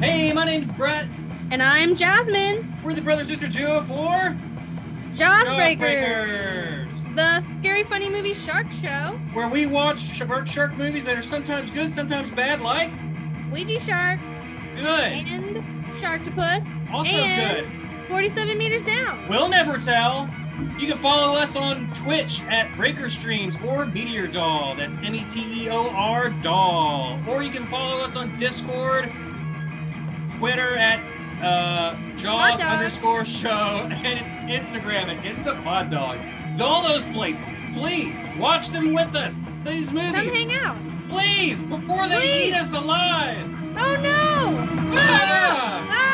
Hey, my name's Brett. And I'm Jasmine, We're the brother sister duo for Jawsbreaker, Jawsbreakers, the scary funny movie shark show. where we watch shark shark movies that are sometimes good, sometimes bad. Like Ouija shark good, and sharktopus, also and- good. 47 meters down. We'll never tell. You can follow us on Twitch at Breaker Streams or Meteor Doll. That's M E T E O R Doll. Or you can follow us on Discord, Twitter at uh, Jaws Pod Dog. underscore show, and Instagram at Instapod Dog. All those places. Please watch them with us. These Come movies. hang out. Please, before they Please. eat us alive. Oh no! Ah! Ah!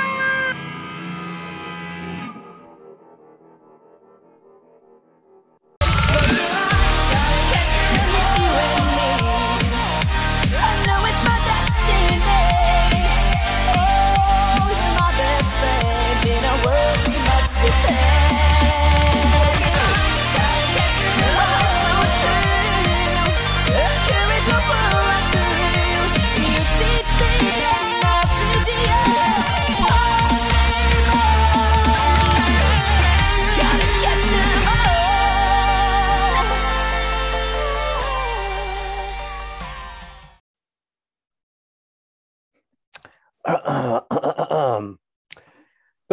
It's you and me. I know it's my destiny. Oh, you're my best friend in a world we must defend. So true. The courage will pull us through. It's each day and night to the end. Gotta catch 'em all. but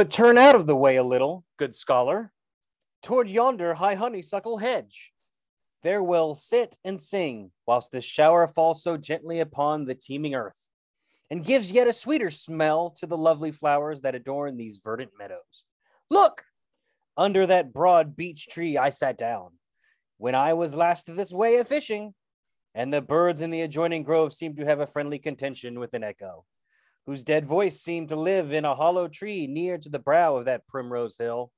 turn out of the way a little, good scholar, toward yonder high honeysuckle hedge. There will sit and sing, whilst this shower falls so gently upon the teeming earth, and gives yet a sweeter smell to the lovely flowers that adorn these verdant meadows. Look! Under that broad beech tree I sat down, when I was last this way a fishing, and the birds in the adjoining grove seemed to have a friendly contention with an echo whose dead voice seemed to live in a hollow tree near to the brow of that primrose hill.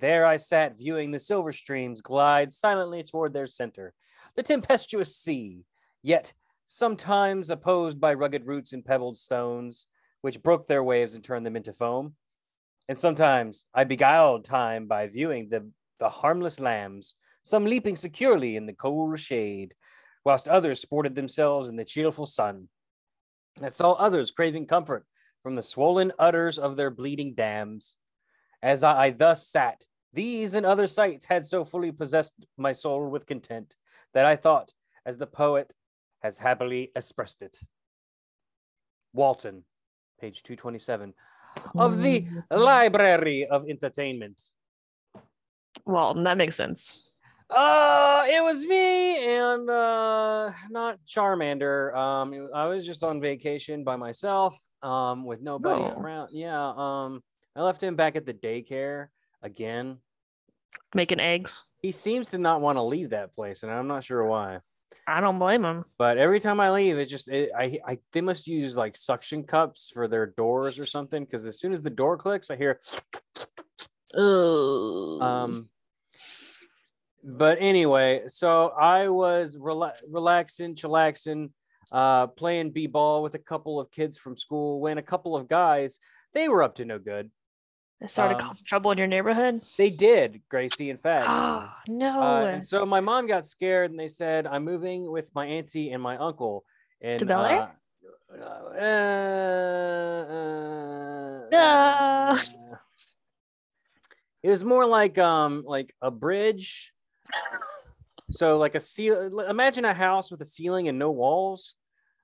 There I sat, viewing the silver streams glide silently toward their center, the tempestuous sea, yet sometimes opposed by rugged roots and pebbled stones, which broke their waves and turned them into foam. And sometimes I beguiled time by viewing the, the harmless lambs, some leaping securely in the cool shade, whilst others sported themselves in the cheerful sun that saw others craving comfort from the swollen udders of their bleeding dams. As I thus sat, these and other sights had so fully possessed my soul with content that I thought, as the poet has happily expressed it. Walton, page 227, of the Library of Entertainment. Walton, that makes sense. Uh, it was me and uh, not Charmander. Um, it- I was just on vacation by myself, um, with nobody Oh. around. Yeah. Um, I left him back at the daycare again. Making eggs. He seems to not want to leave that place, and I'm not sure why. I don't blame him. But every time I leave, it's just it, I I they must use like suction cups for their doors or something because as soon as the door clicks, I hear Ooh. Um, but anyway, so I was rela- relaxing, chillaxing, uh, playing b ball with a couple of kids from school. When a couple of guys, they were up to no good. it started um, causing trouble in your neighborhood. They did, Gracie. In fact, Oh no. uh, and so my mom got scared, and they said, "I'm moving with my auntie and my uncle." And Bel Air? uh, uh, uh, No. It was more like um like a bridge. So like a ceil Imagine a house with a ceiling and no walls.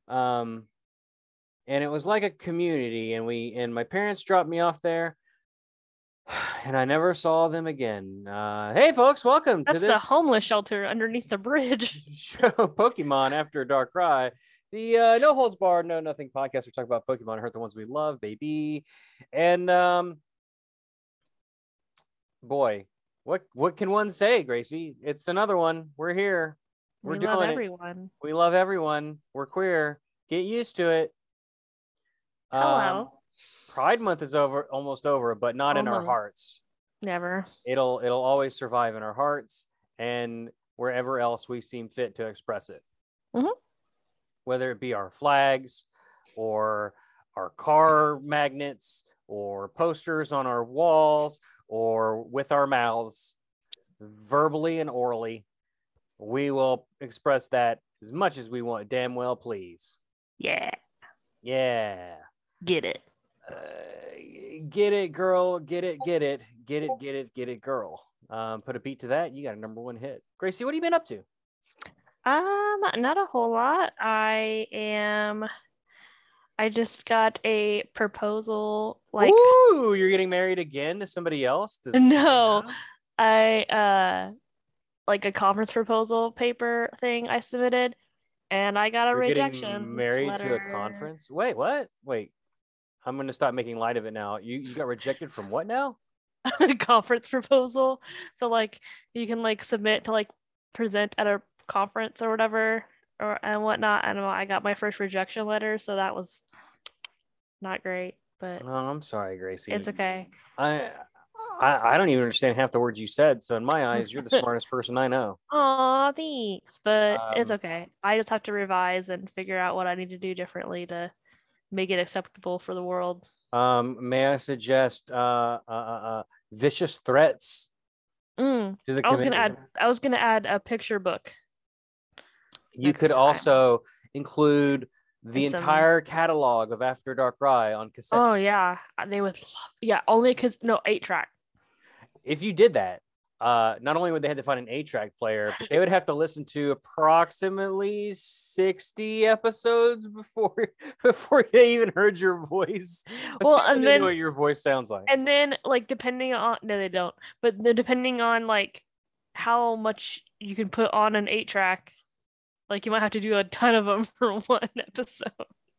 Um, and it was like a community, and we and my parents dropped me off there. And I never saw them again. Uh, hey, folks, welcome That's to the this homeless shelter underneath the bridge. show Pokemon After a Dark Cry. The uh, No Holds Barred, No Nothing podcast. We talk about Pokemon, hurt the ones we love, baby. And um, boy, what what can one say, Gracie? It's another one. We're here. We're we doing love it. everyone. We love everyone. We're queer. Get used to it. Um, Hello. Pride Month is over, almost over, but not in our Almost. hearts. Never. It'll it'll always survive in our hearts and wherever else we seem fit to express it. Mhm. Whether it be our flags, or our car magnets, or posters on our walls, or with our mouths, verbally and orally, we will express that as much as we want. Damn well, please. Yeah. Yeah. Get it. Uh, get it, girl. Get it, get it, get it, get it, get it, girl. Um, put a beat to that. You got a number one hit. Gracie, what have you been up to? Um, not a whole lot. I am. I just got a proposal. Like, Ooh, you're getting married again to somebody else? Does- No. I uh like a conference proposal paper thing I submitted and I got a You're rejection. getting married to letter. a conference? Wait, what? Wait. I'm gonna stop making light of it now. You you got rejected from what now? a conference proposal. So like you can like submit to like present at a conference or whatever or and whatnot. And I got my first rejection letter, so that was not great, but Oh, I'm sorry, Gracie. it's okay. I, I I don't even understand half the words you said. So in my eyes, you're the smartest person I know. Aw, thanks. But it's Um, okay. I just have to revise and figure out what I need to do differently to make it acceptable for the world. Um, may I suggest uh, uh, uh, uh, vicious threats Mm. to the I was gonna add. committee? I was gonna add a picture book. You next could time. also include the And some- entire catalog of After Dark Rye on cassette. Oh yeah, they would. Love, yeah, only because no eight track. if you did that, uh, not only would they have to find an eight track player, but they would have to listen to approximately 60 episodes before before they even heard your voice. Well, Assuming and they knew then- what your voice sounds like. And then like depending on no they don't, but then depending on like how much you can put on an eight track, like you might have to do a ton of them for one episode.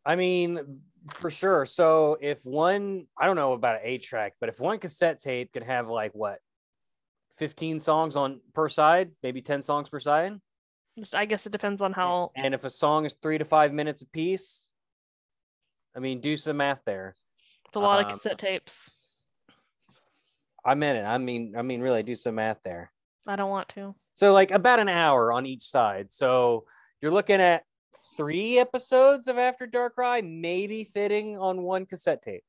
I mean, for sure. So if one, I don't know about an eight track, but if one cassette tape could have like what, fifteen songs on per side, maybe ten songs per side, Just, I guess it depends on how. and if a song is three to five minutes a piece, I mean, do some math there. It's a lot um, of cassette tapes. I meant it. I mean, I mean, really, do some math there. I don't want to. So like about an hour on each side. So you're looking at three episodes of After Dark Rye, maybe fitting on one cassette tape.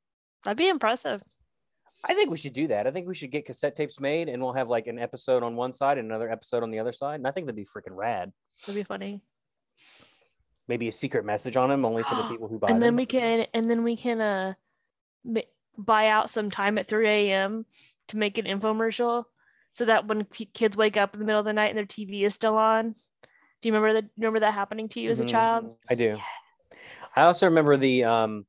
That'd be impressive. I think we should do that. I think we should get cassette tapes made and we'll have like an episode on one side and another episode on the other side. And I think that'd be freaking rad. That'd be funny. Maybe a secret message on them only for the people who buy and then them. we can and then we can uh ma- buy out some time at 3 a.m to make an infomercial so that when p- kids wake up in the middle of the night and their tv is still on do you remember that remember that happening to you as a Mhm. child I do. I also remember the um,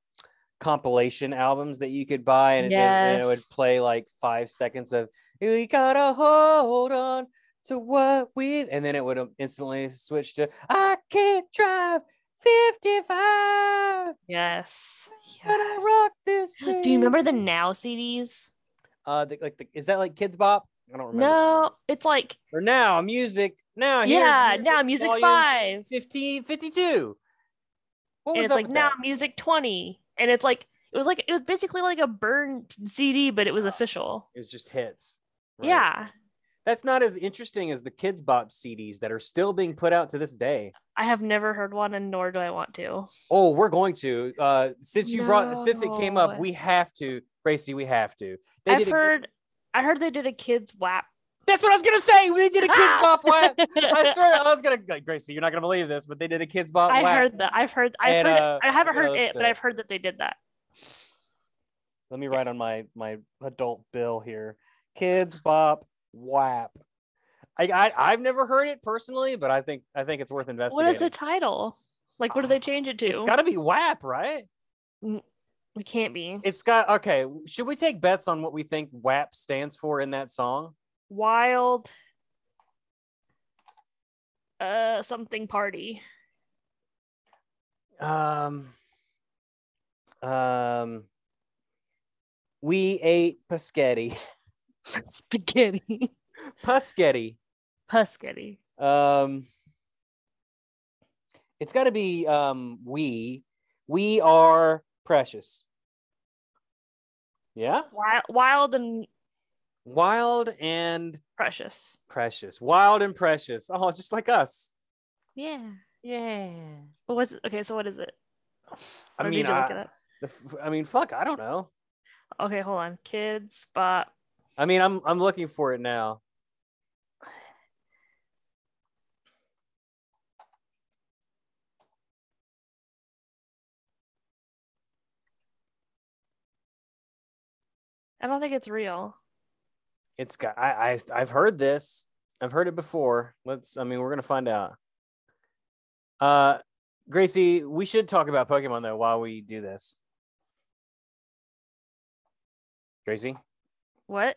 compilation albums that you could buy and, it, did- and it would Yes. play like five seconds of we gotta hold on to what we've and then it would um, instantly switch to I can't drive 55 yes but I rock this do you remember the now cds Uh, the, like, the, is that like Kids Bop? I don't remember. no it's like Or now music. Now Oh, here's yeah now music volume 5 15, 52. What and was it's up like with now that? music 20 and it's like it was like it was basically like a burned cd but it was official It was just hits. right? yeah That's not as interesting as the Kids Bop CDs that are still being put out to this day. I have never heard one, and nor do I want to. Oh, we're going to. Uh, since you brought, since it came up, No. we have to, Gracie. We have to. They I've did. A, heard, I heard they did a kids WAP. that's what I was gonna say. We did a Kids Ah! Bop whap. I swear, I was gonna, like, Gracie. You're not gonna believe this, but they did a Kids Bop. I've whap. heard that. I've heard. I've And, heard. it- uh, I haven't look at heard those it, but two. I've heard that they did that. Let me write on my my adult bill here. Kids bop whap. I, I I've never heard it personally, but I think I think it's worth investigating. What is the title? Like, what do they change it to? It's got to be WAP, right? it can't be. It's got okay. Should we take bets on what we think WAP stands for in that song? Wild. Uh, something party. Um, um, we ate paschetti. Spaghetti. paschetti. Pusketty. Um, it's got to be um, we. We are precious. Yeah, Wild, wild and wild and precious. precious. Wild and precious. Oh, just like us. Yeah. Yeah. But what's okay? So what is it? I Or mean, need to I- look it up. The f- I mean, fuck. I don't know. okay, hold on. Kids spot. I mean, I'm I'm looking for it now. I don't think it's real. It's got. I, I I've heard this. I've heard it before. Let's. I mean, we're gonna find out. Uh, Gracie, we should talk about Pokemon though while we do this. Gracie, What?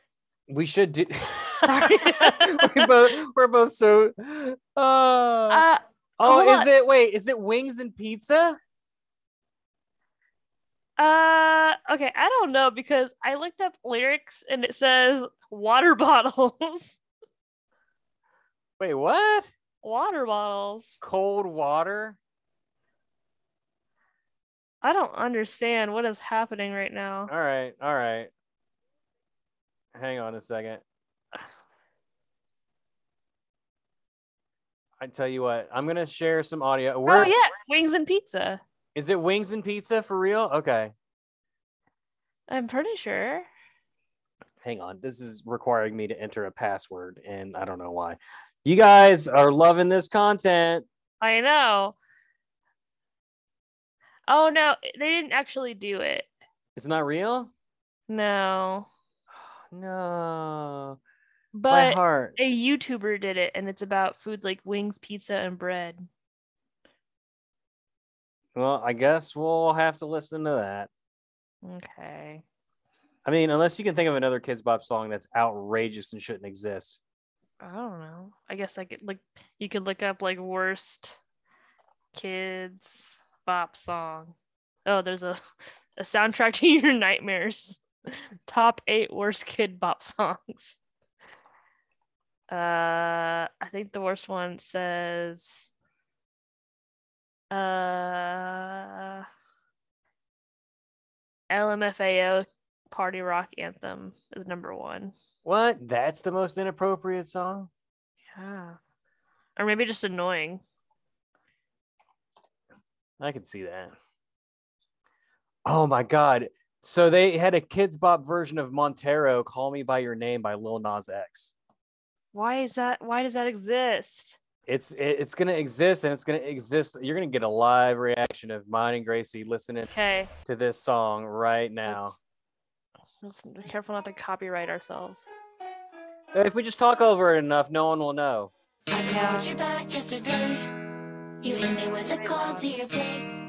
we should do. Sorry. we both, we're both so. Uh, Uh, oh, hold is on. it? Wait, is it wings and pizza? uh, okay. I don't know because I looked up lyrics and it says water bottles. Wait, what? water bottles. Cold water? I don't understand what is happening right now. All right, all right. Hang on a second. I tell you what, I'm gonna share some audio. Oh Where yeah, wings and pizza. is it? Wings and pizza for real? Okay, I'm pretty sure. hang on. This is requiring me to enter a password, and I don't know why. You guys are loving this content. I know. Oh no, they didn't actually do it. It's not real. No. No, my But heart. a YouTuber did it and it's about food like wings, pizza, and bread. Well, I guess we'll have to listen to that. Okay. I mean, unless you can think of another Kids Bop song that's outrageous and shouldn't exist. I don't know. I guess I could like you could look up like worst kids bop song. Oh, there's a a soundtrack to your nightmares. Top eight worst kid bop songs. Uh, I think the worst one says, uh, LMFAO Party Rock Anthem is number one. What? That's the most inappropriate song? Yeah. Or maybe just annoying. I can see that. Oh my god. So they had a kids bop version of Montero Call Me by Your Name by Lil Nas X. Why is that? Why does that exist? It's it- it's going to exist and it's going to exist. You're going to get a live reaction of mine and Gracie listening Okay. to this song right now. Let's, let's be careful not to copyright ourselves. If we just talk over it enough, no one will know. I called you back yesterday. You hit me with a call to your place.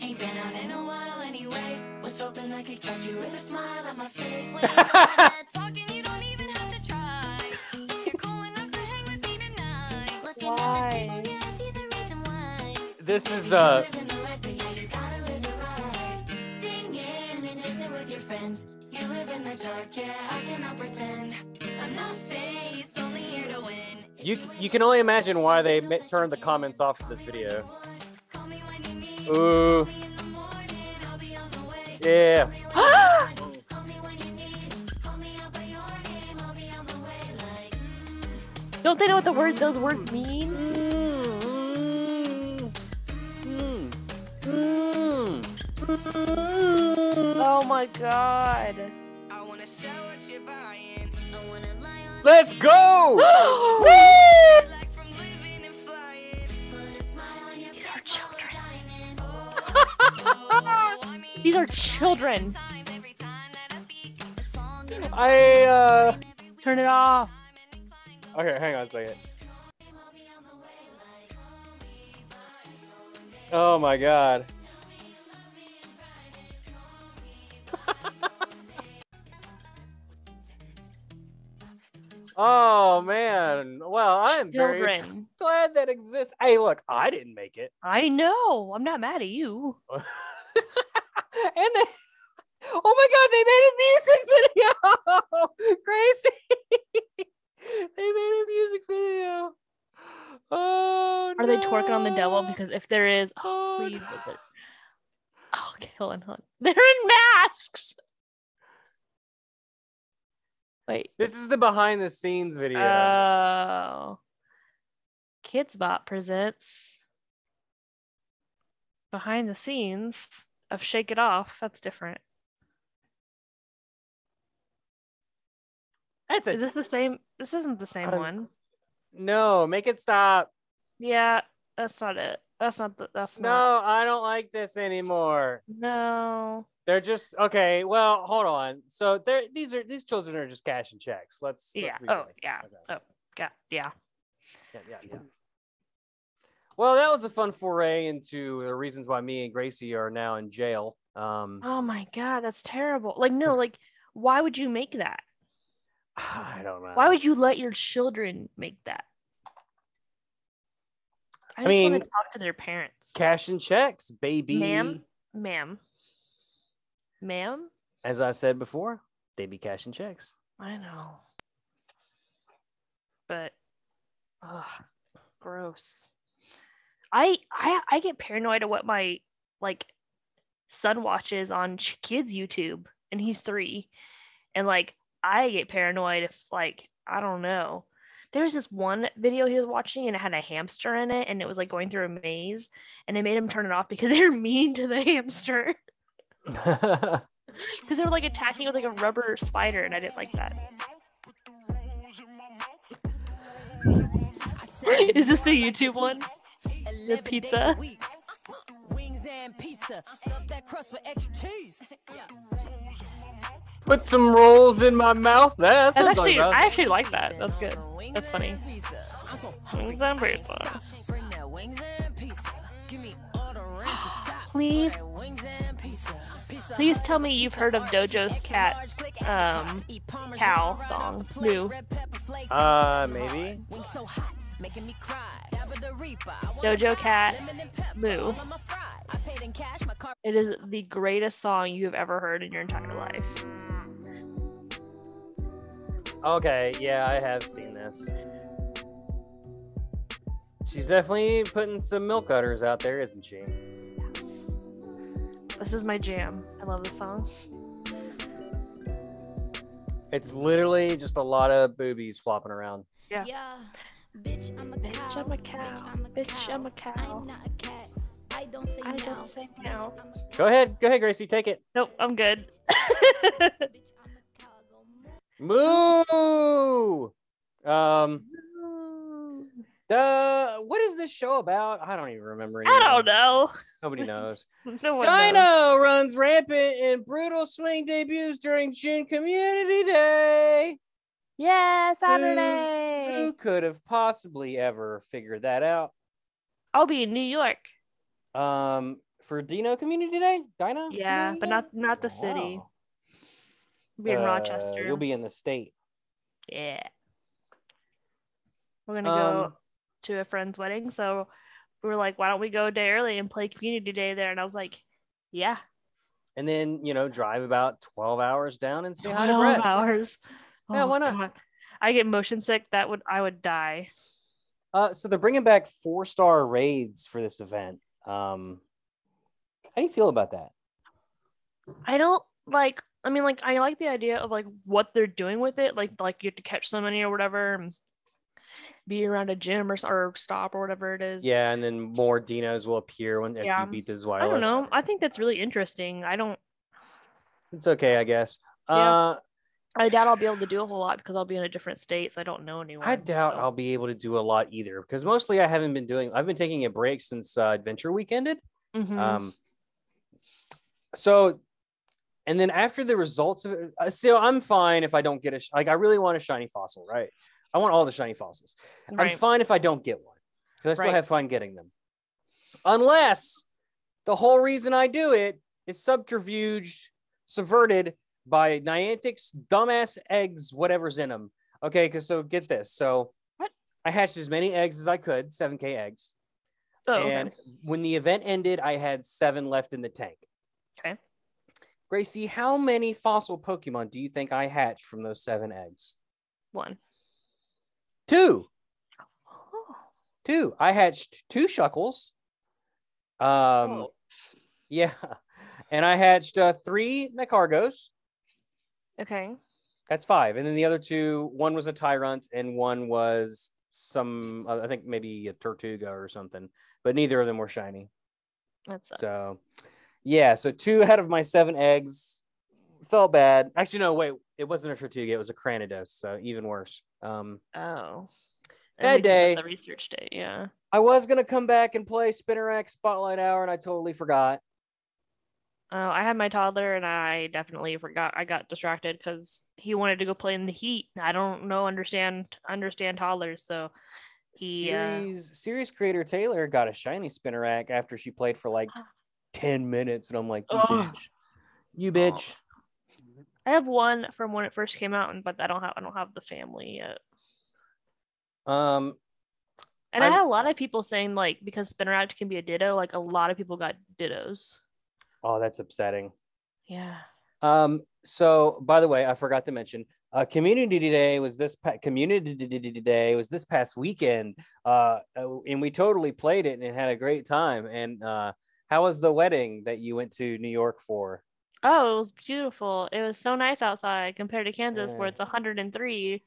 Ain't been out in a while anyway. Was hoping I could catch you with a smile on my face. When you got that talking, you don't even have to try. You're cool enough to hang with me tonight. Looking at the table, Why? yeah, I see the reason why. This Baby, is you're uh living the life, but yeah, you gotta live it right. Singing and dancing with your friends. You live in the dark, yeah, I cannot pretend. I'm not faced, only here to win. If you ain't you can only got imagine why they nothing ma- that you turned the can, comments off of call this me when video. you want, call me when you need, Ooh. call me in the morning, I'll be on the way. Yeah. Call me when you need, call me out by your name, I'll be on the way, like, Don't they know what the word those words mean? Oh my god. I wanna sell what you're buying. I wanna lie on Let's go! Like from living and flying. Put a smile on your face while we're dining. Oh, These are children. I uh Turn it off. okay, hang on a second. Oh my god. oh man. Well, I'm very Children. glad that exists. Hey, look, I didn't make it. I know. I'm not mad at you. and they oh my god they made a music video crazy they made a music video oh Are they twerking on the devil? no. Because if there is, oh, oh, please. no. but there- Oh, okay, hold on, hold on. They're in masks. Wait. this is the behind the scenes video Oh. Kids Bop presents behind the scenes of Shake It Off. That's different. that's Is this it the same? This isn't the same I was- one. no make it stop Yeah, that's not it. That's not. The, that's not. No, I don't like this anymore. No. They're just okay. Well, hold on. So they're these are these children are just cashing checks. Let's. Yeah. Let's be Oh real. yeah. Okay. Oh god. Yeah. Yeah, yeah, yeah. Well, that was a fun foray into the reasons why me and Gracie are now in jail. Um, Oh my god. That's terrible. Like no. Like why would you make that? I don't know. Why would you let your children make that? I I just mean- want to talk to their parents, cashing checks, baby? Ma'am? ma'am. Ma'am. As I said before, they be cashing checks. I know. But ugh, gross. I I I get paranoid of what my like son watches on ch- kids YouTube and he's 3 and like I get paranoid if like I don't know. There was this one video he was watching and it had a hamster in it and it was like going through a maze and it made him turn it off because they're mean to the hamster because they were like attacking it with like a rubber spider and I didn't like that. Is this the YouTube one? The pizza? Wings and pizza. Stuff that crust with extra cheese. Put some rolls in my mouth. That's That's actually, I actually like that. That's good. That's funny. Pizza. I'm so Wings and pizza. Bring that wings and pizza. Give me all the ranch you got. Please, That wings and pizza. Pizza please Hut, tell me you've heard of Dojo's cat, um, eat Parmesan cow right off song. the plate. New Red pepper flakes. Uh, maybe. Wings so hot, making me cry. Dabba the Reaper. I want Dojo Cat, lemon and pepper Moo. all on my fries. I paid in cash, my car It is the greatest song you have ever heard in your entire life. Okay, yeah, I have seen this. She's definitely putting some milk udders out there, isn't she? This is my jam. I love this song. It's literally just a lot of boobies flopping around. Yeah. Bitch, I'm a Bitch, I'm a cow. Bitch, I'm a cow. I'm not a cat. I don't say I meow. don't say meow. Bitch, I'm a Go ahead, go ahead, Gracie, take it. Nope, I'm good. cow. Bitch, I'm a cow. Go moo. Moo. Um, the what is this show about? I don't even remember. I anymore. don't know. Nobody knows. No one knows. Dino runs rampant in brutal swing debuts during June Community Day. Yeah, Saturday. Who could have possibly ever figured that out? I'll be in New York. Um, for Dino Community Day, Dino. Yeah, Community but Day? not not the city. Wow. I'll be in Uh, Rochester. You'll be in the state. Yeah. We're gonna Um, go to a friend's wedding, so we were like, why don't we go a day early and play community day there? And I was like, yeah, and then you know drive about twelve hours down and say hi to 12 Brett. hours. Oh, Yeah, why not? God. I get motion sick. That would I would die. Uh, so they're bringing back four star raids for this event. Um, how do you feel about that? I don't like. I mean, like I like the idea of like what they're doing with it. Like like you have to catch so many or whatever, and be around a gym or s- or stop or whatever it is. Yeah, and then more Dinos will appear when if Yeah. you beat this I wireless. don't know. I think that's really interesting. I don't. It's okay, I guess. Yeah. Uh, I doubt I'll be able to do a whole lot because I'll be in a different state, so I don't know anyone. I doubt so- I'll be able to do a lot either because mostly I haven't been doing. I've been taking a break since uh, Adventure Week ended. Mhm. Um, so, and then after the results of it, uh, so I'm fine if I don't get a sh- like I really want a shiny fossil, right? I want all the shiny fossils. right. I'm fine if I don't get one because I still Right. have fun getting them. Unless the whole reason I do it is subterfuged, subverted by Niantic's dumbass eggs, whatever's in them. Okay, because so get this. So What? I hatched as many eggs as I could, 7K eggs. oh, okay. and when the event ended, I had seven left in the tank. Okay. Gracie, how many fossil Pokemon do you think I hatched from those seven eggs? one. Two. Oh. Two. I hatched two shuckles. Um, Oh. yeah, and I hatched uh, three Necargos. Okay. That's five, and then the other two. One was a Tyrant, and one was some. uh, I think maybe a Tortuga or something. But neither of them were shiny. That sucks. So, yeah. So two out of my seven eggs felt bad. Actually, no. Wait, it wasn't a Tortuga. It was a Cranidos. So even worse. Um, Oh. I think it's Today. The research day, yeah. I was gonna come back and play Spinnerack Spotlight Hour, and I totally forgot. Uh, I had my toddler, and I definitely forgot. I got distracted because he wanted to go play in the heat. I don't know understand understand toddlers, so he uh, Series series creator Taylor got a shiny Spinnerack after she played for like ten minutes, and I'm like, you Ugh. bitch, you bitch. I have one from when it first came out, and but I don't have I don't have the family yet. Um, And I'm- I had a lot of people saying like because Spinnerack can be a ditto, like a lot of people got dittos. oh, that's upsetting. Yeah. Um, so by the way, I forgot to mention, uh, community day was this pa- community D- D- D- D- day was this past weekend. Uh, uh, and we totally played it and had a great time. And uh, how was the wedding that you went to New York for? Oh, it was beautiful. It was so nice outside compared to Kansas where Yeah. it's 103,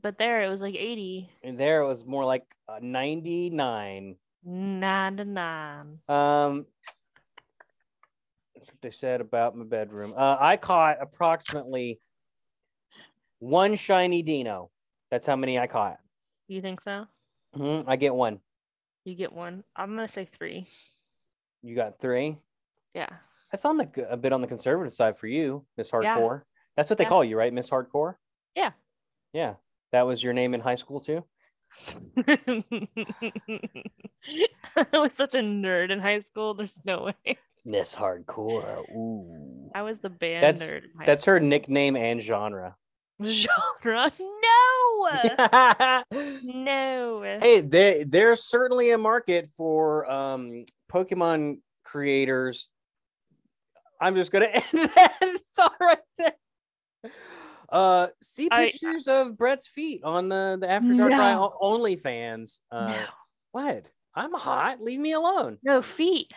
but there it was like 80. And there it was more like uh, 99. Nine to nine. Um, that's what they said about my bedroom. Uh, I caught approximately one shiny dino. That's how many I caught. You think so? Mhm, I get one. You get one. I'm gonna say three. You got three. Yeah. That's on the g- a bit on the conservative side for you, Miss Yeah. Hardcore. That's what they Yeah. call you, right, Miss Hardcore? Yeah. Yeah. That was your name in high school too. I was such a nerd in high school. There's no way. Miss Hardcore. Ooh. I was the band That's- nerd. in high That's her nickname and genre. school. genre. No. Uh. hey, no. there there's certainly a market for um Pokemon creators. I'm just gonna end that thought right there. Uh, see I- pictures of Brett's feet on the the After Dark Eye No. OnlyFans. Uh, no. What? I'm hot. Leave me alone. No feet.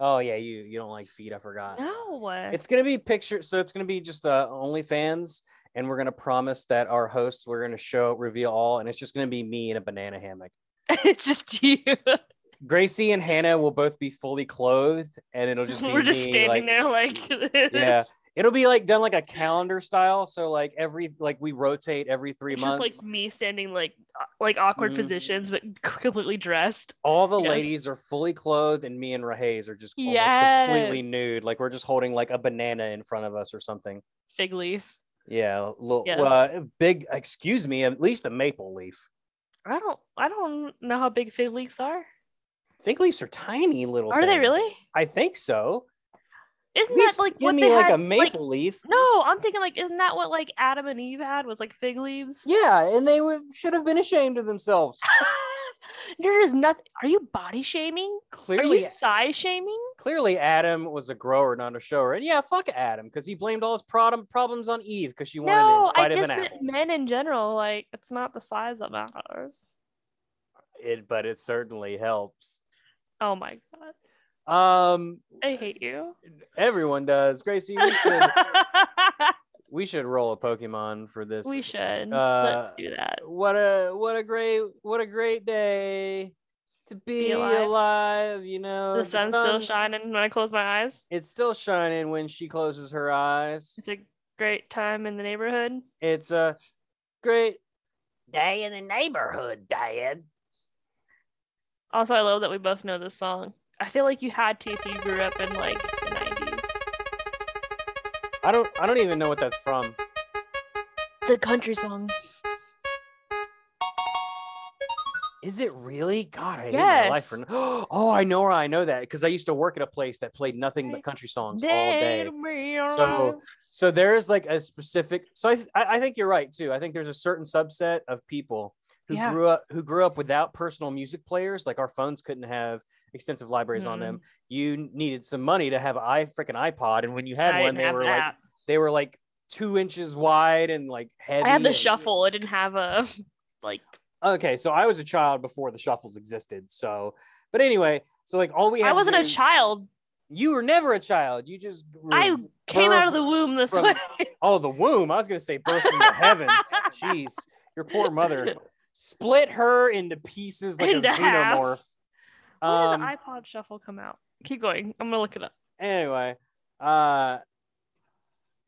Oh yeah, you you don't like feet. I forgot. No. It's gonna be picture. So it's gonna be just uh, OnlyFans, and we're gonna promise that our hosts we're gonna show reveal all, and it's just gonna be me in a banana hammock. it's just you. Gracie and Hannah will both be fully clothed, and it'll just be We're just me, standing like- there like this. Yeah, It'll be like done like a calendar style. So like every like we rotate every three It's months. just like me standing like uh, like awkward Mhm. positions, but c- completely dressed. all the Yeah. ladies are fully clothed and me and Rahays are just almost completely Yes. nude. Like we're just holding like a banana in front of us or something. Fig leaf. Yeah, little Yes. uh, big excuse me, at least a maple leaf. I don't. I don't know how big fig leaves are. Fig leaves are tiny little Are they things. really? I think so. Isn't Please that like give what me they like had? a maple leaf. no, I'm thinking like, isn't that what like Adam and Eve had was like fig leaves? Yeah, and they were, should have been ashamed of themselves. there is nothing. Are you body shaming? Are Clearly, you size shaming? clearly Adam was a grower, not a shower. And yeah, fuck Adam, because he blamed all his problem problems on Eve because she wanted No, a bite I of just an meant apple. men in general. Like, it's not the size that matters. It, but it certainly helps. Oh my god, Um, I hate you. everyone does. Gracie, we should we should roll a Pokemon for this. we should. Uh, Let's do that. What a what a great what a great day to be, alive. alive. You know, the sun's still uh, sun- shining when I close my eyes. It's still shining when she closes her eyes. It's a great time in the neighborhood. It's a great. Day in the neighborhood, Dad. Also, I love that we both know this song. I feel like you had to if you grew up in like the 90s. I don't I don't even know what that's from. The country song. Is it really? God, I hate my life Yes. for. Oh, I know I know that because I used to work at a place that played nothing but country songs all day. So- so there is like a specific so I, I i think you're right too i think there's a certain subset of people who Yeah. grew up who grew up without personal music players like our phones couldn't have extensive libraries on them Mm-hmm. you needed some money to have a i freaking ipod and when you had I one didn't they have were like that. they were like two inches wide and like heavy I had the and- shuffle. I didn't have a like. okay so i was a child before the shuffles existed so but anyway so like all we had I to wasn't a do- child. you were never a child you just were- I came out of the birth womb this from way. Oh, the womb. I was gonna say birth from the heavens. Jeez, your poor mother split her into pieces like Into a half. xenomorph. When Um, did the iPod shuffle come out? Keep going. I'm gonna look it up. anyway, uh,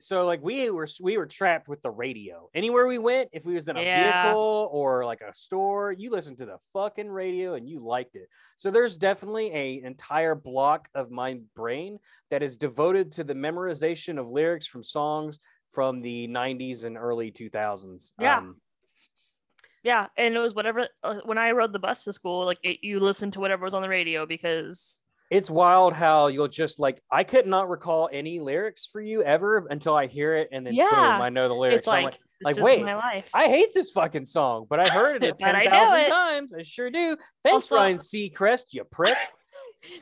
so like we were we were trapped with the radio. Anywhere we went, if we was in a Yeah. vehicle or like a store, you listened to the fucking radio and you liked it. So there's definitely a entire block of my brain that is devoted to the memorization of lyrics from songs from the 90s and early 2000s. Yeah. Um, Yeah, and it was whatever uh, when I rode the bus to school, like it, you listened to whatever was on the radio because it's wild how you'll just like I could not recall any lyrics for you ever until I hear it and then Yeah. boom, I know the lyrics. it's and I'm like like, this is wait, my life. I hate this fucking song, but I heard it But ten I know thousand it. times. I sure do. Thanks, Also- Ryan Seacrest, you prick.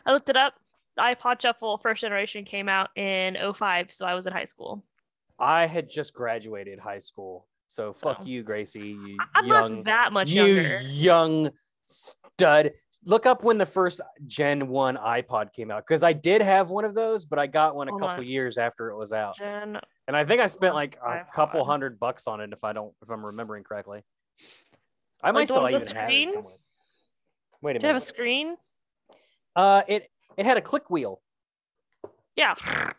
I looked it up. The iPod Shuffle first generation came out in 05, so I was in high school. I had just graduated high school, so fuck Oh. you, Gracie. You I- I'm young, not that much you younger. young stud. Look up when the first Gen One iPod came out, because I did have one of those, but I got one a Hold couple on. years after it was out, Gen- and I think I spent like a couple iPod. hundred bucks on it, if I don't, if I'm remembering correctly. I might the still one even with the have it screen? somewhere. Wait a Did you have a minute. screen? Uh, it it had a click wheel. Yeah.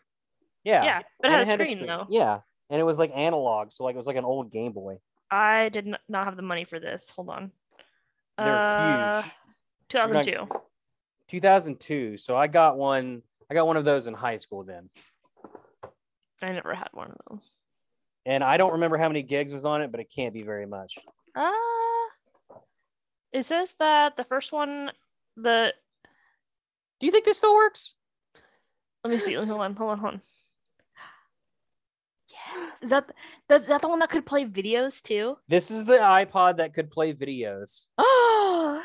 Yeah. Yeah. but it had, And a, screen, though. Yeah. And it was like analog. So like it was like an old Game Boy. I did n- not have the money for this. Hold on. They're Uh, huge. 2002. 2002. So I got one. I got one of those in high school then. I never had one of them. And I don't remember how many gigs was on it, but it can't be very much. Uh, it says that the first one, the Do you think this still works? let me see. Hold on, hold on, hold on. Yes. Is that that's that the one that could play videos too? This is the iPod that could play videos. Oh,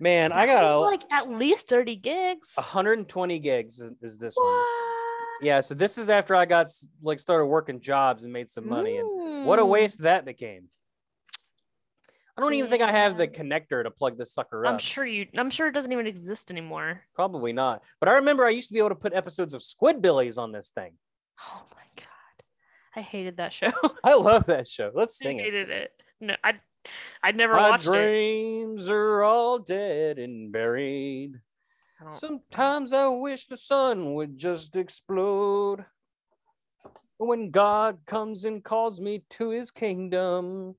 Man, I that got one's a, like at least thirty gigs. 120 gigs is, is this one. What? Yeah, so this is after I got s- like started working jobs and made some money and What a Mm. waste that became. I don't even think I have the Yeah. connector to plug this sucker up. I'm sure you. I'm sure it doesn't even exist anymore. Probably not. But I remember I used to be able to put episodes of Squidbillies on this thing. Oh my god, I hated that show. I love that show. Let's I sing it. hated it. No, I. I never My watched it. dreams are all dead and buried. I don't- Sometimes I wish the sun would just explode. When God comes and calls me to his kingdom,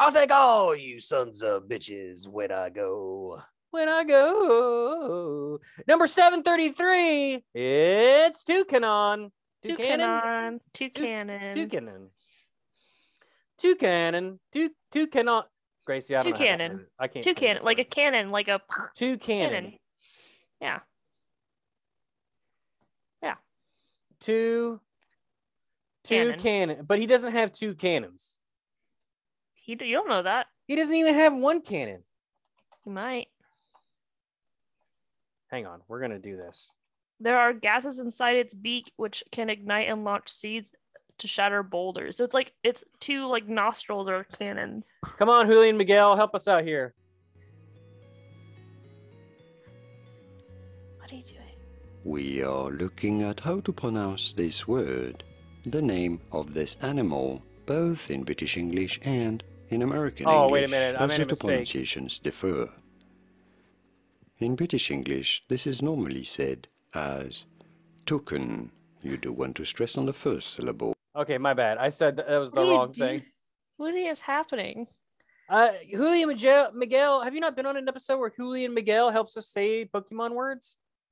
I'll take all you sons of bitches when I go. When I go. Number 733, it's Toucanon. Two Toucanon. cannon. Two cannon. Toucanon. Toucanon. Tou- Toucanon. Gracie, I don't know. how to say Toucanon. it. I can't Two say cannon. this Like a word. cannon. Like a. Toucanon. cannon. Yeah. two two Cannon. cannon but he doesn't have two cannons He, you don't know that. he doesn't even have one cannon You might. hang on we're gonna do this There are gases inside its beak which can ignite and launch seeds to shatter boulders. So it's like it's two like nostrils or cannons. come on julian miguel help us out here What are you doing? We are looking at how to pronounce this word, the name of this animal, both in British English and in American English. Oh, wait a minute, I as made a the mistake. pronunciations differ. In British English, this is normally said as token. You do want to stress on the first syllable. okay my bad i said that, that was the What are you wrong doing? thing What is happening? uh julian miguel, miguel have you not been on an episode where julian miguel helps us say pokemon words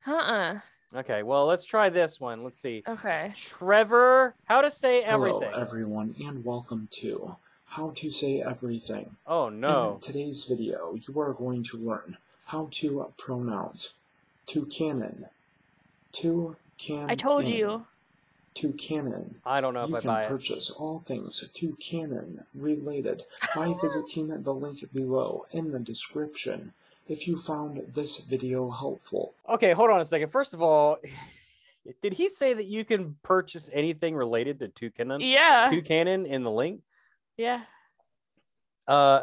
Huh. okay well let's try this one let's see Okay. trevor how to say Hello, everything everyone, and welcome to How to Say Everything. oh In no today's video, you are going to learn how to pronounce to canon, to can. I told you. To canon. i don't know if You i can buy it purchase all things to canon related by visiting the link below in the description. If you found this video helpful, okay hold on a second first of all did he say that you can purchase anything related to toucanon Yeah. Um, two cannon in the link. Yeah. Uh,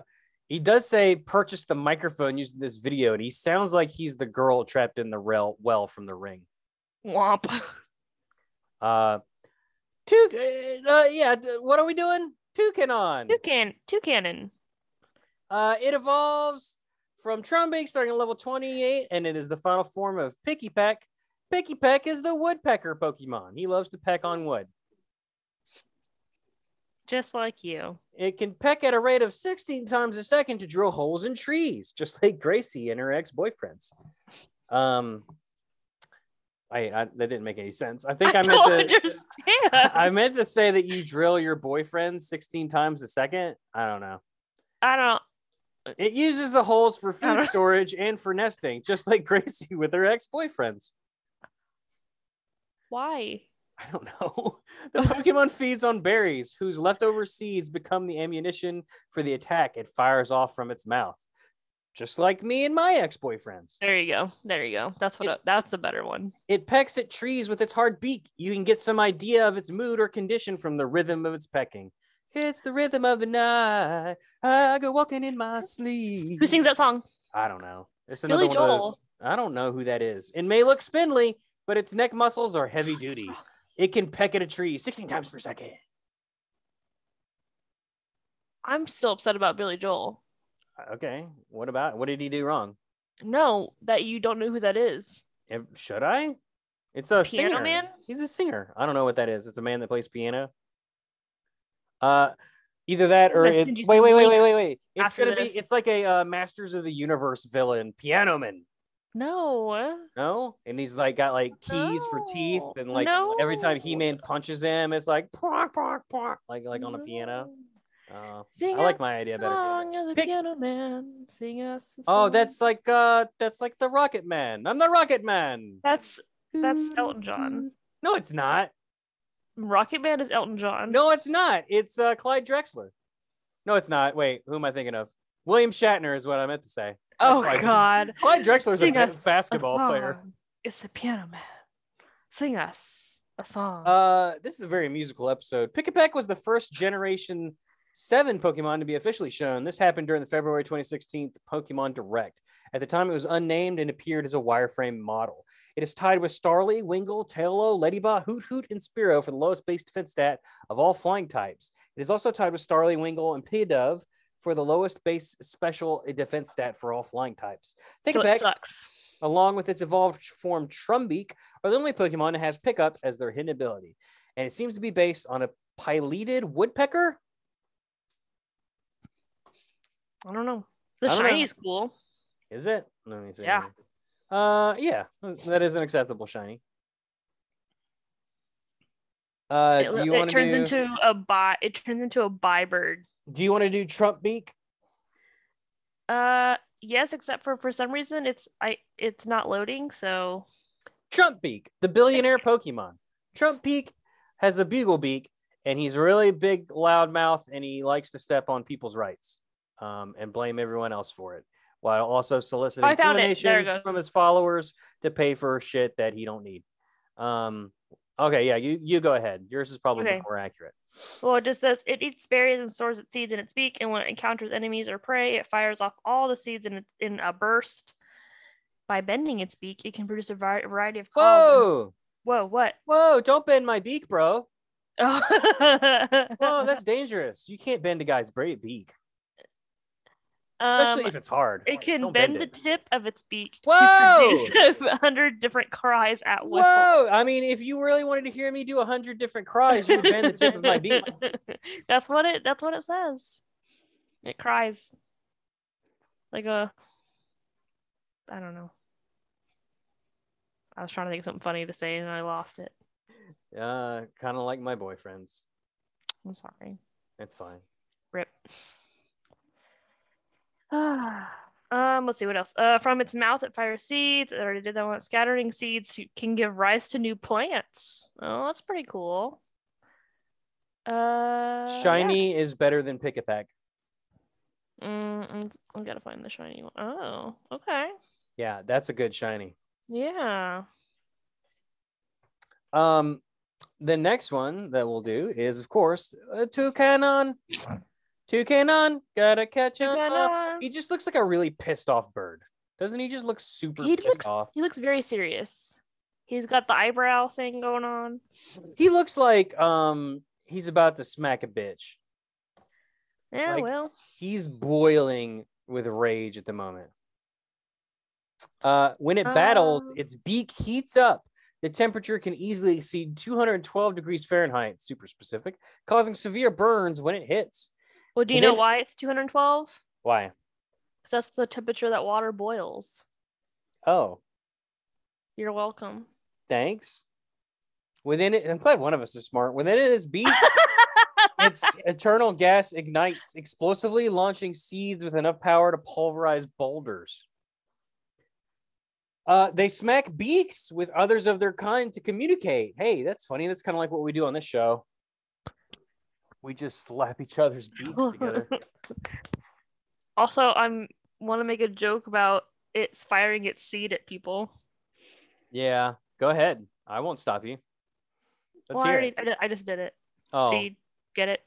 he does say purchase the microphone using this video, and he sounds like he's the girl trapped in the rel- well from the ring. Womp. Uh, two, uh, yeah. d- What are we doing? Toucanon. Two can two cannon. Uh, it evolves from Trumbig starting at level 28, and it is the final form of Picky Peck. Picky Peck is the woodpecker Pokemon. He loves to peck on wood. just like you. It can peck at a rate of 16 times a second to drill holes in trees, just like Gracie and her ex-boyfriends. Um, I, I that didn't make any sense. I think I, meant don't to, understand. I, I meant to say that you drill your boyfriend 16 times a second. I don't know. don't. It uses the holes for Uh, I food don't- storage and for nesting, just like Gracie with her ex-boyfriends. Why? I don't know. The Pokemon feeds on berries, whose leftover seeds become the ammunition for the attack it fires off from its mouth. Just like me and my ex boyfriends. There you go. There you go. That's what. a- that's a better one. It pecks at trees with its hard beak. You can get some idea of its mood or condition from the rhythm of its pecking. It's the rhythm of the night. I go walking in my sleep. Who sings that song? I don't know. It's another Billy one of those. Joel. I don't know who that is. It may look spindly, but its neck muscles are heavy duty. It can peck at a tree 16 times per second. I'm still upset about Billy Joel. Okay. What about what did he do wrong? No, that you don't know who that is. Em- Should I? It's a Piano singer. Man? He's a singer. I don't know what that is. It's a man that plays piano. Uh, either that or gonna it, send you wait, some wait, wait, wait, links wait, wait. It's after gonna this. be. It's like a uh, Masters of the Universe villain, Piano Man. No. No, and he's like got like keys for teeth, No. and like every time No. He Man punches him, it's like pronk, pronk, pronk, like like on the piano. Uh, Sing I like us my a idea better. Song of the Pick- piano man. Sing us. a oh, song. that's like uh, that's like the Rocket Man. I'm the Rocket Man. that's that's Elton John. No, it's not. Rocket Man is Elton John. No, it's not. It's uh, Clyde Drexler. No, it's not. Wait, who am I thinking of? William Shatner is what I meant to say. Oh Clyde- God. Clyde Drexler's a Sing ba- us basketball player. song. It's the piano man. Sing us a song. Uh, this is a very musical episode. Pick a Peck was the first generation seven Pokemon to be officially shown. This happened during the February 2016 Pokemon Direct. At the time, it was unnamed and appeared as a wireframe model. It is tied with Starly, Wingull, Tailo, Ladybug, Hoot Hoot, and Spearow for the lowest base defense stat of all flying types. It is also tied with Starly, Wingull, and Pidove for the lowest base special defense stat for all flying types. Pick so a it Peck, sucks. along with its evolved form Trumbeak, are the only Pokemon that has pickup as their hidden ability. And it seems to be based on a pileated woodpecker. I don't know. The I don't know. shiny is cool. Is it? Let me see. Yeah. Uh, yeah, that is an acceptable shiny. Uh, it do you it want to turns do, into a bi. It turns into a bi bird. Do you want to do Trump beak? Uh, yes, except for for some reason it's I it's not loading. So Trump beak, the billionaire Pokemon. Trump beak has a bugle beak, and he's a really big, loud mouth, and he likes to step on people's rights, um, and blame everyone else for it, while also soliciting I found it. There it donations goes. from his followers to pay for shit that he don't need. Um, okay, yeah, you you go ahead. Yours is probably Okay. more accurate. well, it just says it eats berries and stores its seeds in its beak, and when it encounters enemies or prey, it fires off all the seeds in its- in a burst. By bending its beak, it can produce a vari- variety of calls. and- Whoa. Whoa! What? Whoa, don't bend my beak, bro. Oh, Whoa, that's dangerous. You can't bend a guy's bra- beak, um, especially if it's hard. it Like, can don't bend, it. the tip of its beak Whoa! to produce a hundred different cries at once. Whoa! I mean, if you really wanted to hear me do a hundred different cries, you would bend the tip of my beak. that's what it. That's what it says. It cries like a. I don't know. I was trying to think of something funny to say and I lost it. Uh, kind of like my boyfriends. I'm sorry. It's fine. Rip. um, let's see what else. Uh, from its mouth, it fires seeds. I already did that one. Scattering seeds to- can give rise to new plants. Oh, that's pretty cool. Uh, yeah. Shiny is better than pick a peck. Mm, I'm, I'm gonna find the shiny one. Oh, okay. Yeah, that's a good shiny. Yeah. Um, the next one that we'll do is, of course, a toucanon. Toucanon, gotta catch him. up. Banana. He just looks like a really pissed off bird. Doesn't he just look super He pissed looks off? he looks very serious. He's got the eyebrow thing going on. He looks like um he's about to smack a bitch. Yeah, Like- well. He's boiling with rage at the moment. Uh, when it battles, Um. its beak heats up The temperature can easily exceed 212 degrees Fahrenheit, super specific, causing severe burns when it hits. Well, do you And know then- why it's 212? Because Why? that's the temperature that water boils. Oh, You're welcome. thanks. Within it, I'm glad one of us is smart. Within it is beat. its eternal gas ignites, explosively launching seeds with enough power to pulverize boulders. Uh, they smack beaks with others of their kind to communicate. Hey, that's funny. That's kind of like what we do on this show. We just slap each other's beaks together. also, I'm want to make a joke about it's firing its seed at people. Yeah, go ahead. I won't stop you. Let's Well, I, hear already, it. I, did, I just did it. Oh, Seed, get it?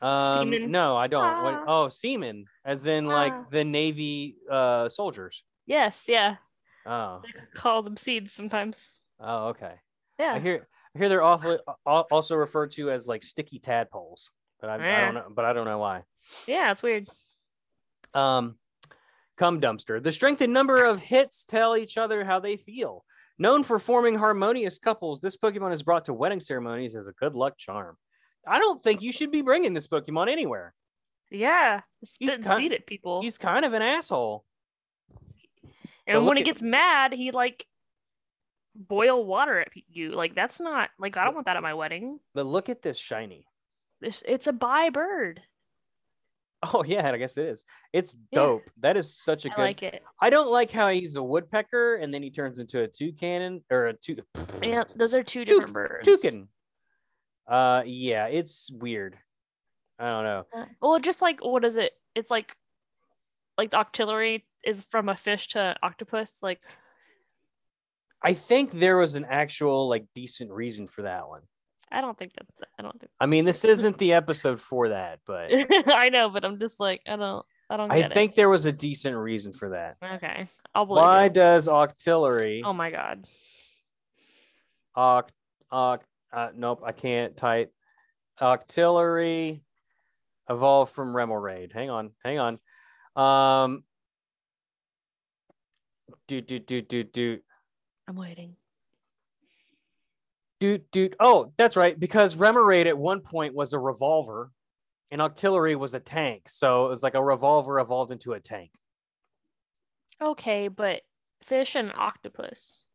um, semen. no, I don't. What, Ah. oh, seamen, as in like Ah. the Navy uh, soldiers. Yes, yeah. Oh, They call them seeds sometimes. oh, okay. I Yeah. hear I hear they're awfully al- also referred to as like sticky tadpoles, but I, I Yeah. don't know. But I don't know why. Yeah, it's weird. Um, cum dumpster. The strength and number of hits tell each other how they feel. Known for forming harmonious couples, this Pokemon is brought to wedding ceremonies as a good luck charm. I don't think you should be bringing this Pokemon anywhere. Yeah. It's He's spitting kin- seed at people. He's kind of an asshole. and look when it at- gets mad, he like boil water at pe- you. Like that's not like I don't want that at my wedding. But look at this shiny. It's it's a bi bird. Oh yeah, I guess it is. It's Yeah. dope. That is such a I good. like it. I don't like how he's a woodpecker and then he turns into a toucan or a two. And those are two Tou- different birds. Toucan. Uh, yeah, it's weird. I don't know. Uh, Well, just like what is it? It's like like the octillery is from a fish to octopus. Like I think there was an actual like decent reason for that one. I don't think that's I don't I mean, this isn't the episode for that, but think I know, but I'm just like I don't I don't I get think there was a decent reason for that. it. Okay, I'll believe Why it. does auxiliary Oh my god. Oct, oct, uh, nope, I can't type. Octillery evolved from Remoraid. Hang on, hang on. Um, doot, doot, doot, doot, doot, I'm waiting. doot, doot. Oh, that's right, because Remoraid at one point was a revolver and Octillery was a tank. So it was like a revolver evolved into a tank. Okay, but fish and octopus.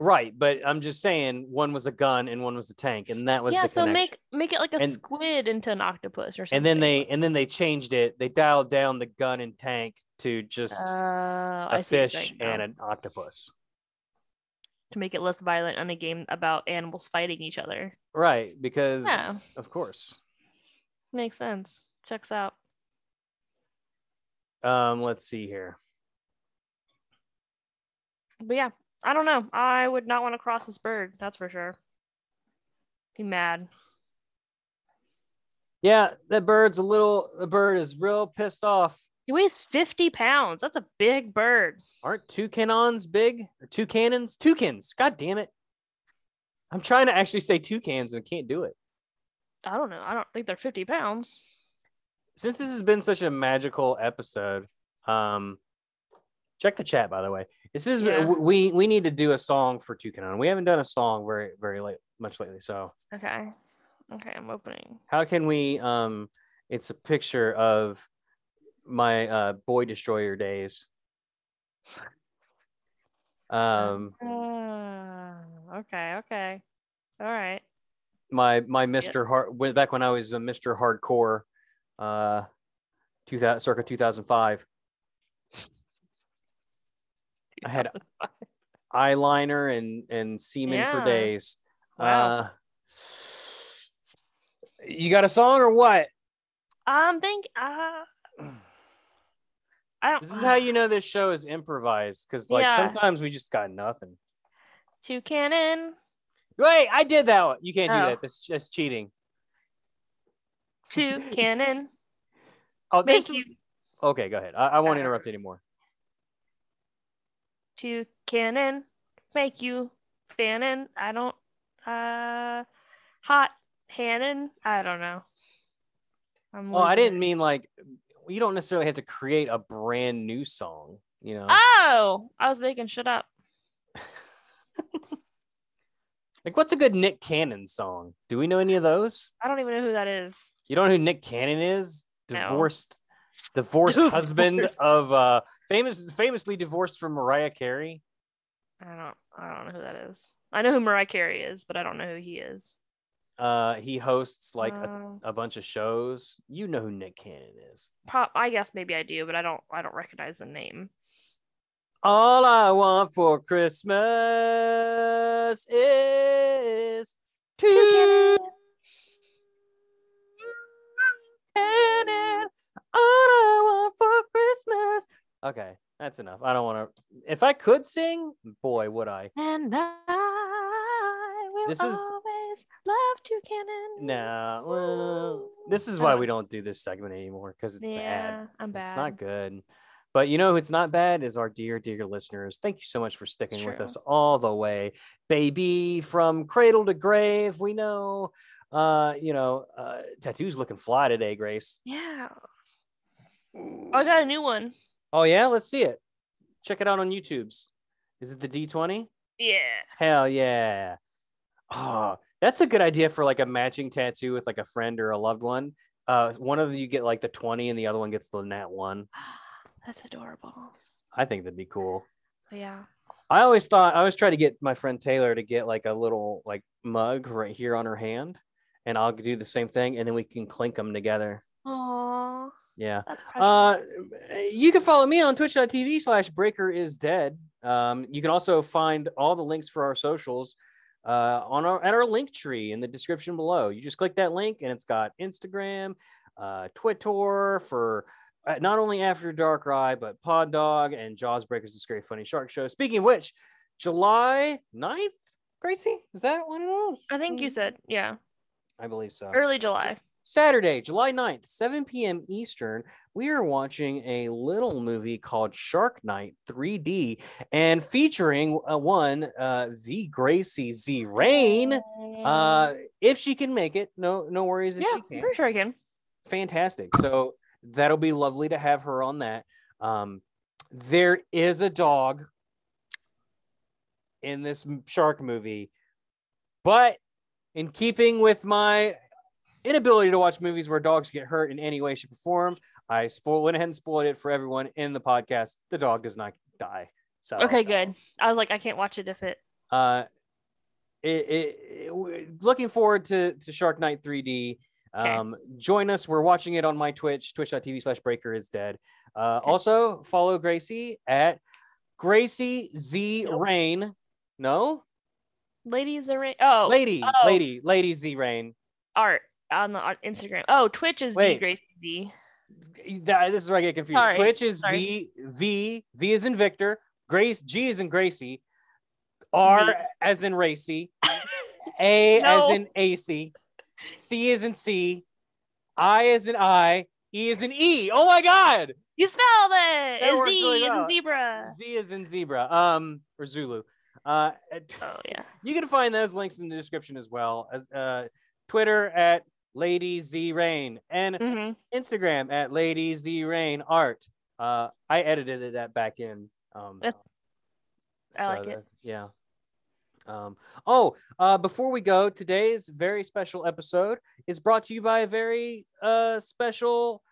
Right, but I'm just saying one was a gun and one was a tank, and that was yeah, the so connection. make make it like a And- squid into an octopus or something. and then they and then they changed it. They dialed down the gun and tank to just uh, a I see what you're fish saying now. and an octopus. to make it less violent on a game about animals fighting each other. Right, because Yeah. of course. Makes sense. Checks out. Um, let's see here. But yeah, I don't know. I would not want to cross this bird. That's for sure. Be mad. Yeah, that bird's a little. The bird is real pissed off. He weighs fifty pounds. That's a big bird. Aren't two canons big? Or two cannons? Toucans. God damn it! I'm trying to actually say toucans and I can't do it. I don't know. I don't think they're fifty pounds. since this has been such a magical episode, um, check the chat by the way. This is Yeah. we we need to do a song for Tukanon. We haven't done a song very very late much lately. So Okay. Okay, I'm opening. how can we? Um, it's a picture of my uh, boy destroyer days. Um, Ah, okay, okay. All right. my my Mister Hard way back when I was a Mister Hardcore, uh, two thousand circa two thousand five. I had eyeliner and and semen for Yeah. days. Wow. Uh, you got a song or what? Um, think uh, I don't. This is how you know this show is improvised because like Yeah. sometimes we just got nothing. two cannon, Wait, I did that one. You can't do Oh. that. That's that's cheating. two cannon. Oh, Thank this. you, Okay, go ahead. I, I won't Uh, interrupt anymore. two cannon. Make you fannin. I don't. Uh, hot Hannon. I don't know. I'm Well, Oh, I losing didn't it. mean like you don't necessarily have to create a brand new song. You know, Oh, I was making shit up. like what's a good Nick Cannon song? Do we know any of those? I don't even know who that is. You don't know who Nick Cannon is? No. Divorced, divorced husband Divorced. of uh famous, famously divorced from Mariah Carey. I don't. I don't know who that is. I know who Mariah Carey is, but I don't know who he is. Uh, he hosts like a, Uh, a bunch of shows. You know who Nick Cannon is. pop. I guess maybe I do, but I don't. I don't recognize the name. All I want for Christmas is two cannon. All I want for Christmas. Okay, that's enough. I don't want to. If I could sing, boy, would I. And I will This is- always love to cannon. No. well, Ooh. this is I why don't- we don't do this segment anymore because it's bad. yeah, I'm bad. It's not good. But you know, who it's not bad is our dear, dear listeners. Thank you so much for sticking with true. us all the way, baby, from cradle to grave. We know, uh, you know, uh, tattoos looking fly today, Grace. Yeah. I got a new one. Oh yeah, let's see it. Check it out on YouTube's. Is it the D twenty? Yeah. Hell yeah! Oh, that's a good idea for like a matching tattoo with like a friend or a loved one. Uh, one of you get like the twenty, and the other one gets the nat one. That's adorable. I think that'd be cool. Yeah. I always thought I always try to get my friend Taylor to get like a little like mug right here on her hand, and I'll do the same thing, and then we can clink them together. Aww. Yeah. That's precious. Uh, you can follow me on twitch.tv slash breaker is dead. Um, you can also find all the links for our socials uh, on our at our link tree in the description below. You just click that link and it's got Instagram, uh, Twitter for uh, not only After Dark Rye, but Pod Dog and Jaws Breakers, the Scary Funny Shark Show. Speaking of which, July 9th, Gracie, is that one of those? I think you said yeah. I believe so. Early July. Saturday, July 9th, 7 p.m. Eastern, we are watching a little movie called Shark Night 3D and featuring uh, one, uh, the Gracie Z Rain. Uh, if she can make it, no, no worries if yeah, she I'm can't. pretty sure I can. Fantastic. So that'll be lovely to have her on that. Um, there is a dog in this m- shark movie, but in keeping with my inability to watch movies where dogs get hurt in any way, shape, or form, I spoil went ahead and spoiled it for everyone in the podcast. The dog does not die. So Okay, good. I was like, I can't watch it if it. uh, it, it, it- w- looking forward to to Shark Night 3D. Okay. Um, join us. We're watching it on my Twitch, twitch.tv slash breaker is dead. Uh, Okay. also follow Gracie at Gracie Z Nope. Rain. No, Ladies are rain. Oh, lady, oh. lady, lady Z Rain. art on the on Instagram. Oh, Twitch is Wait. B Gracie Z. That- this is where I get confused. Sorry, Twitch is sorry. V, V, V is in Victor, Grace, G is in Gracie, R Z. as in Racy, A No. as in AC, C is in C, I is in I, E is in E. Oh my God. You spelled That it. It's works Z really and well. zebra. Z is in zebra, um, or Zulu. Uh, Oh yeah. you can find those links in the description as well as uh, Twitter at Lady Z Rain and hmm Instagram at Lady Z Rain Art. Uh, I edited it that back in. Um, That's- I like it. that's- Yeah. Um, oh, uh, before we go, today's very special episode is brought to you by a very uh, special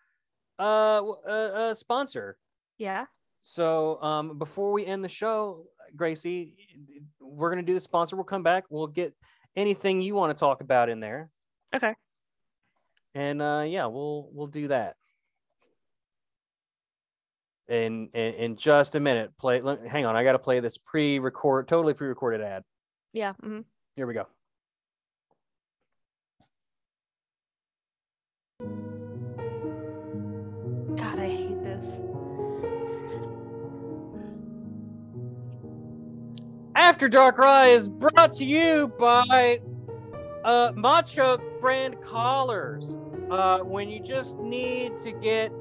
uh, w- uh, uh, sponsor. Yeah. So um, before we end the show, Gracie, we're gonna do the sponsor. We'll come back. We'll get anything you want to talk about in there. Okay. And uh, yeah, we'll we'll do that. In, in in just a minute. Play. Let, hang on. I gotta play this pre-record, totally pre-recorded ad. Yeah. mhm. Here we go. God, I hate this. After Dark Rye is brought to you by uh, Machoke brand collars. Uh, when you just need to get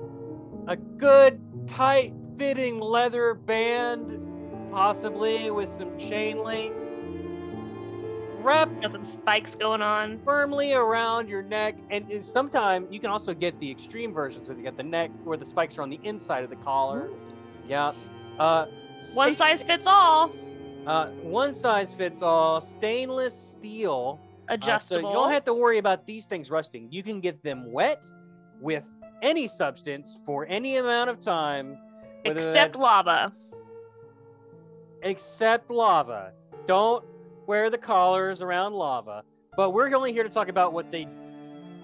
a good, tight fitting leather band, possibly with some chain links, wrapped Got some spikes going on. firmly around your neck. And, and sometimes you can also get the extreme versions where you got the neck where the spikes are on the inside of the collar. Yeah. Uh, One sta- size fits all. uh, one size fits all stainless steel. Uh, Adjustable. so you don't have to worry about these things rusting. You can get them wet with any substance for any amount of time, whether except lava. that- except lava. Don't wear the collars around lava. But we're only here to talk about what they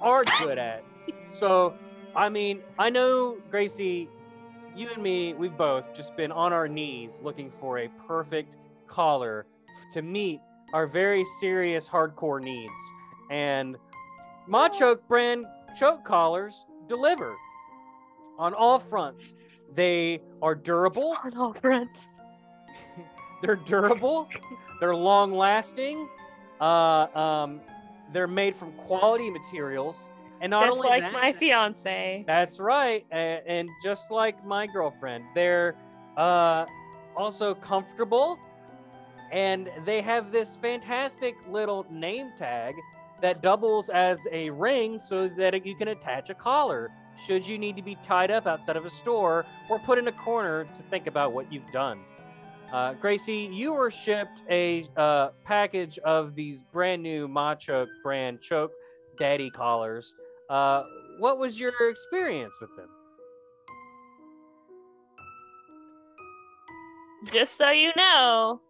are good at. So, I mean, I know Gracie, you and me, we've both just been on our knees looking for a perfect collar to meet our very serious hardcore needs. And Machoke brand choke collars deliver on all fronts. They are durable, On all fronts. they're durable, they're long lasting, uh, um, they're made from quality materials. And not Just only like that, my fiance. that's right. And, and just like my girlfriend, they're uh, also comfortable. And they have this fantastic little name tag that doubles as a ring so that you can attach a collar should you need to be tied up outside of a store or put in a corner to think about what you've done. Uh, Gracie, you were shipped a uh, package of these brand new Machoke brand choke daddy collars. Uh, what was your experience with them? Just so you know,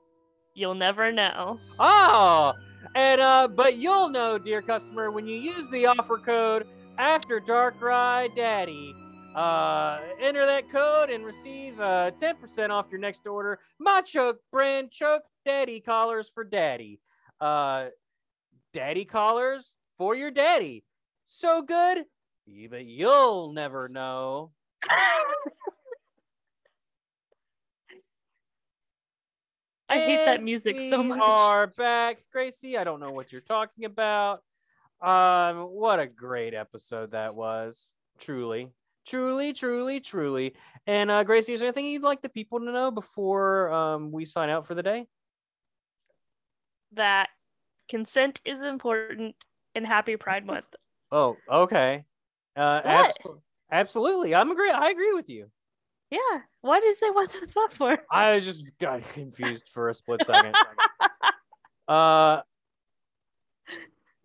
you'll never know. Oh, and uh, but you'll know, dear customer, when you use the offer code after Dark Ride Daddy. Uh, enter that code and receive uh, 10% off your next order. My choke brand choke daddy collars for daddy. Uh, daddy collars for your daddy. So good, you- but you'll never know. I hate that And music so we much. are back, Gracie. I don't know what you're talking about. Um, what a great episode that was. Truly, truly, truly, truly. And uh, Gracie, is there anything you'd like the people to know before um, we sign out for the day? that consent is important and happy Pride Month. Oh, okay. Uh, abso- absolutely. I'm agree. I agree with you. Yeah. Why did you say what's the thought for? I was just got confused for a split second. uh,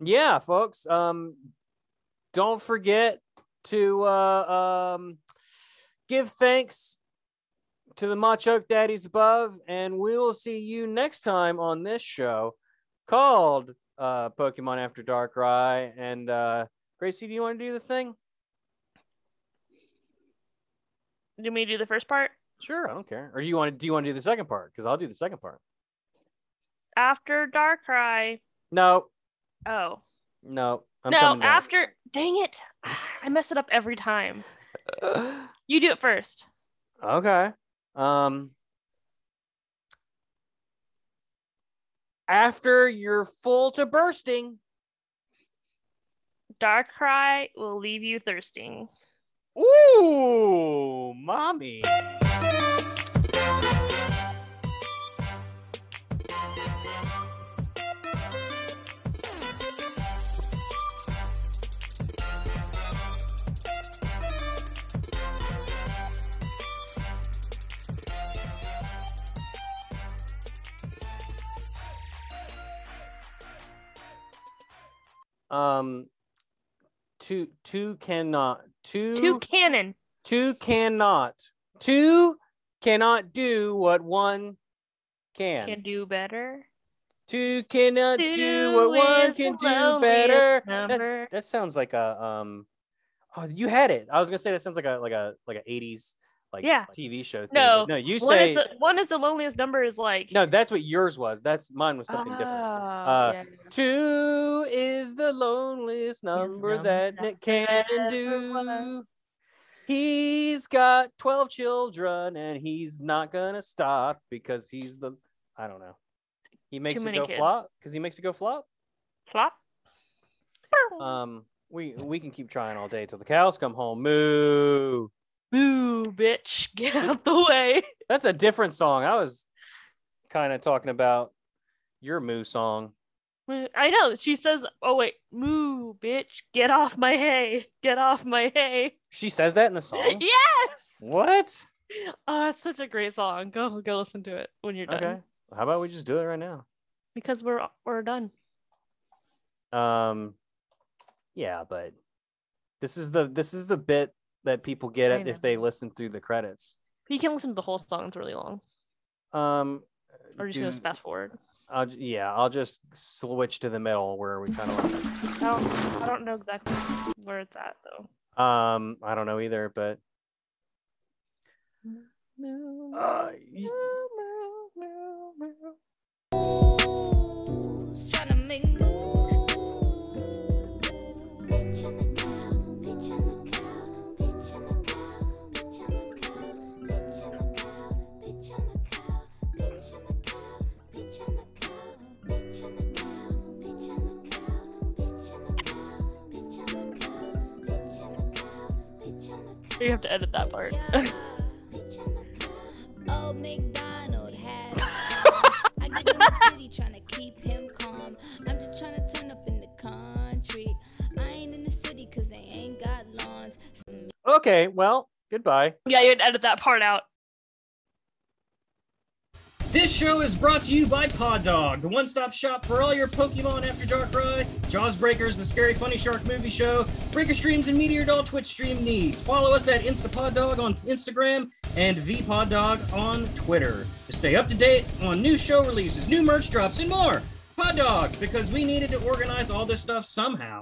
yeah, folks. Um, don't forget to uh, um, give thanks to the Machoke Daddies above, and we will see you next time on this show called uh, Pokemon After Dark Rye. And uh, Gracie, do you want to do the thing? Do me do the first part? Sure, I don't care. Or do you want to do you want to do the second part? Because I'll do the second part. After Darkrai. No, Oh. no, I'm no, coming back. after dang it. I mess it up every time. You do it first. Okay. Um after you're full to bursting Darkrai will leave you thirsting. ooh mommy um two two cannot two Two cannon. Two cannot. Two cannot do what one can. Can do better. Two cannot do, Two what one is can the do loneliest better. That, Number. that sounds like a um. Oh, you had it. I was gonna say that sounds like a like a like a eighties like Yeah. TV show. Thing. No, but no, you One say is the one is the loneliest number is like oh, no. That's what yours was. That's mine was something different. Uh, yeah. Two is the loneliest number number that that Nick can do. everyone- He's got 12 children and he's not going to stop because he's the, I don't know. He makes it many go kids. flop because he makes it go flop. Flop. Um, we, we can keep trying all day till the cows come home. Moo. Boo, bitch, get out the way. That's a different song. I was kind of talking about your moo song. Moo- I know. She says, "Oh wait, moo, bitch, get off my hay, get off my hay." She says that in the song. Yes. What? Oh, it's such a great song. Go go listen to it when you're done. Okay. How about we just do it right now? Because we're we're done. Um, yeah, but this is the this is the bit that people get I it if know. they listen through the credits. You can listen to the whole song, it's really long. Um, Or just Mm. gonna do- fast forward. I'll, j- yeah, I'll just switch to the middle where we kind of. I don't, I don't know exactly where it's at though. Um, I don't know either, but Moo, uh, y- moo, moo, moo, moo. Tryna make moves. Bitch, I'm a cow, bitch, I'm a cow, bitch, I'm a cow, bitch, I'm a cow, bitch, I'm a cow, bitch, I'm a cow, bitch, I'm a cow, bitch, I'm a cow, bitch, I'm a cow, bitch, I'm a cow, bitch, I'm a cow, bitch, I'm a cow, bitch, I'm a cow, bitch, I'm a cow. You have to edit that part. Old McDonald had. I give him a titty trying to keep him calm. I'm just trying to turn up in the country. I ain't in the city cause they ain't got lawns. okay, well, goodbye. yeah, you had to edit that part out. This show is brought to you by Pod Dog, the one-stop shop for all your Pokemon After Dark Ride, Jaws Breakers, the Scary Funny Shark Movie Show, Breaker Streams, and Meteor Doll Twitch stream needs. Follow us at Instapod Dog on Instagram and the Pod Dog on Twitter to stay up to date on new show releases, new merch drops, and more. Pod Dog, because we needed to organize all this stuff somehow.